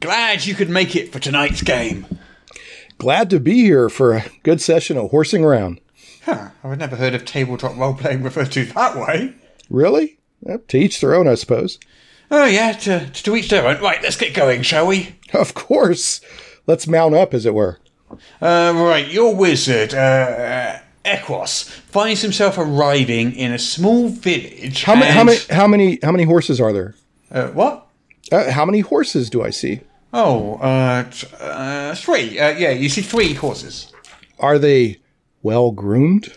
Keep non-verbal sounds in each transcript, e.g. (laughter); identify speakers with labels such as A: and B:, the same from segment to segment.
A: Glad you could make it for tonight's game.
B: Glad to be here for a good session of horsing around.
A: Huh, I've never heard of tabletop role playing referred to that way.
B: Really? Yep, to each their own, I suppose. (laughs)
A: Oh, yeah, to, to each their own. Right, let's get going, shall we?
B: Of course. Let's mount up, as it were.
A: Uh, right, your wizard, uh, Equos, finds himself arriving in a small village.
B: How many? How
A: and-
B: many? How many? How many horses are there?
A: Uh, what?
B: Uh, how many horses do I see?
A: Oh, uh, t- uh, three. Uh, yeah, you see three horses.
B: Are they well groomed?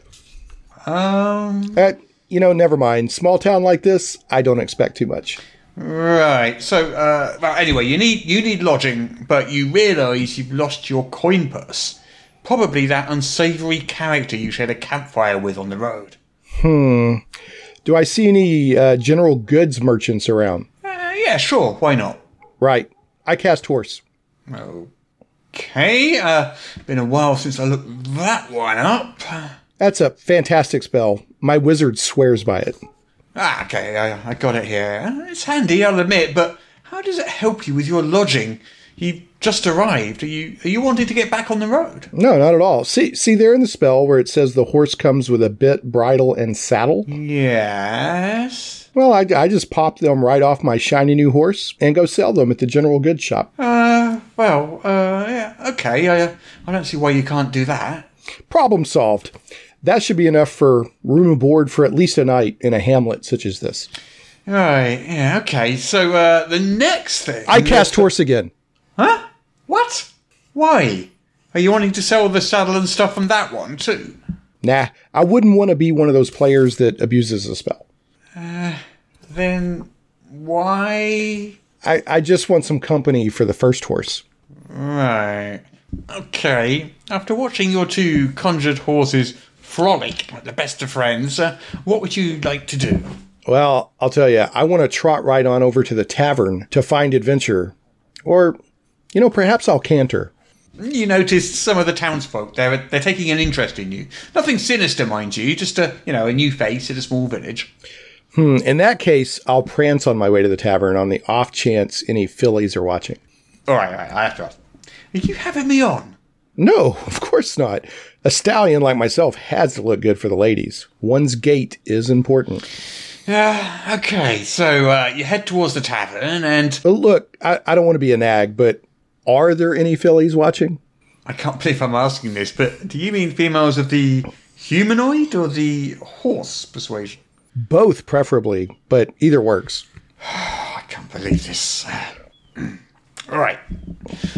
A: Um,
B: Uh, you know, never mind. Small town like this, I don't expect too much.
A: right. So, uh, well, anyway, you need you need lodging, but you realise you've lost your coin purse. Probably that unsavoury character you shared a campfire with on the road.
B: Do I see any uh, general goods merchants around?
A: Uh, yeah, sure. Why not?
B: Right. I cast horse.
A: Okay. Uh, been a while since I looked that one up.
B: That's a fantastic spell. My wizard swears by it.
A: Ah, okay, I, I got it here. Uh, It's handy, I'll admit, but how does it help you with your lodging? You've just arrived. Are you are you wanting to get back on the road?
B: No, not at all. See, see there in the spell where it says the horse comes with a bit, bridle, and saddle.
A: Yes.
B: Well, I, I just pop them right off my shiny new horse and go sell them at the general goods shop.
A: Uh, well, uh, yeah, okay. I, uh, I don't see why you can't do that.
B: Problem solved. That should be enough for room and board for at least a night in a hamlet such as this.
A: Right. Yeah. Okay. So uh, the next thing.
B: I cast horse again.
A: Huh? What? Why? Are you wanting to sell the saddle and stuff from that one too?
B: Nah, I wouldn't want to be one of those players that abuses a spell.
A: Then why?
B: I, I just want some company for the first horse.
A: Right. Okay. After watching your two conjured horses frolic like the best of friends, uh, what would you like to do?
B: Well, I'll tell you, I want to trot right on over to the tavern to find adventure. Or, you know, perhaps I'll canter.
A: You noticed some of the townsfolk. They're they're taking an interest in you. Nothing sinister, mind you. Just a you know a new face in a small village.
B: Hmm, In that case, I'll prance on my way to the tavern on the off chance any fillies are watching.
A: All right. All right I have to ask. Are you having me on?
B: No, (laughs) of course not. A stallion like myself has to look good for the ladies. One's gait is important.
A: Yeah. okay. So uh, you head towards the tavern, and
B: But look, I, I don't want to be a nag, but are there any fillies watching?
A: I can't believe I'm asking this, but do you mean females of the humanoid or the horse persuasion?
B: Both, preferably, but either works.
A: Oh, I can't believe this. Mm. All right.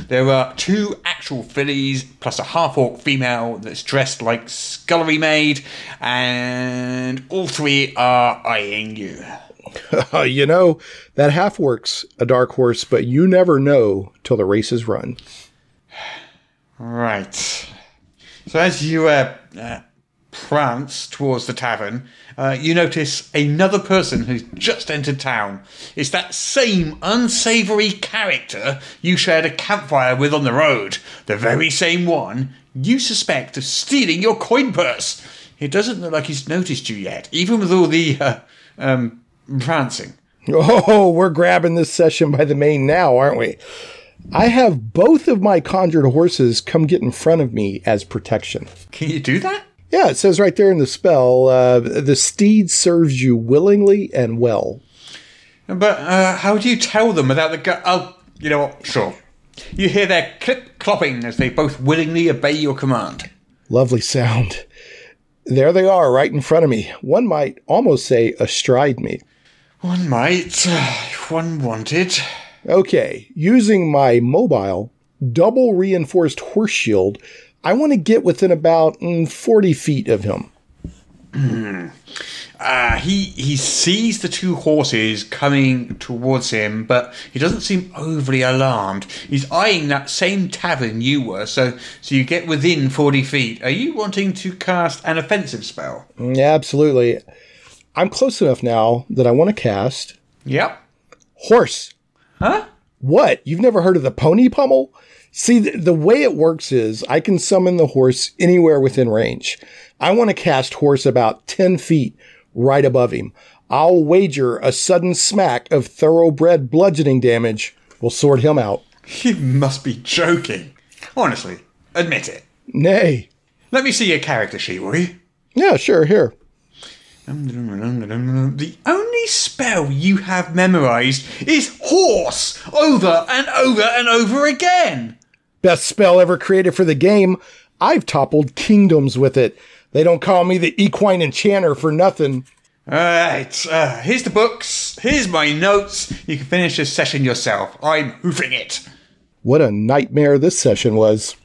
A: There are two actual fillies plus a half orc female that's dressed like scullery maid, and all three are eyeing you.
B: you know, that half works a dark horse, but you never know till the race is run.
A: Right. So as you uh, uh, prance towards the tavern, uh, you notice another person who's just entered town. It's that same unsavoury character you shared a campfire with on the road. The very same one you suspect of stealing your coin purse. It doesn't look like he's noticed you yet, even with all the uh, um, prancing.
B: Oh, we're grabbing this session by the mane now, aren't we? I have both of my conjured horses come get in front of me as protection.
A: Can you do that?
B: Yeah, it says right there in the spell uh, the steed serves you willingly and well.
A: But uh, how do you tell them without the gu- Oh, you know what? Sure. You hear their clip clopping as they both willingly obey your command.
B: Lovely sound. There they are right in front of me. One might almost say astride me.
A: One might, if one wanted.
B: Okay, using my mobile double reinforced horse shield, I want to get within about mm, 40 feet of him.
A: Uh, he he sees the two horses coming towards him, but he doesn't seem overly alarmed. He's eyeing that same tavern you were, so so you get within forty feet. Are you wanting to cast an offensive spell?
B: Yeah, Mm, absolutely. I'm close enough now that I want to cast
A: Yep.
B: horse.
A: Huh?
B: What? You've never heard of the pony pummel? See, the, the way it works is I can summon the horse anywhere within range. I want to cast horse about 10 feet right above him. I'll wager a sudden smack of thoroughbred bludgeoning damage will sort him out.
A: You must be joking. Honestly, admit it.
B: Nay.
A: Let me see your character sheet, will you?
B: Yeah, sure, here.
A: The only spell you have memorized is horse over and over and over again.
B: Best spell ever created for the game. I've toppled kingdoms with it. They don't call me the equine enchanter for nothing.
A: Alright, uh, here's the books, here's my notes. You can finish this session yourself. I'm hoofing it.
B: What a nightmare this session was.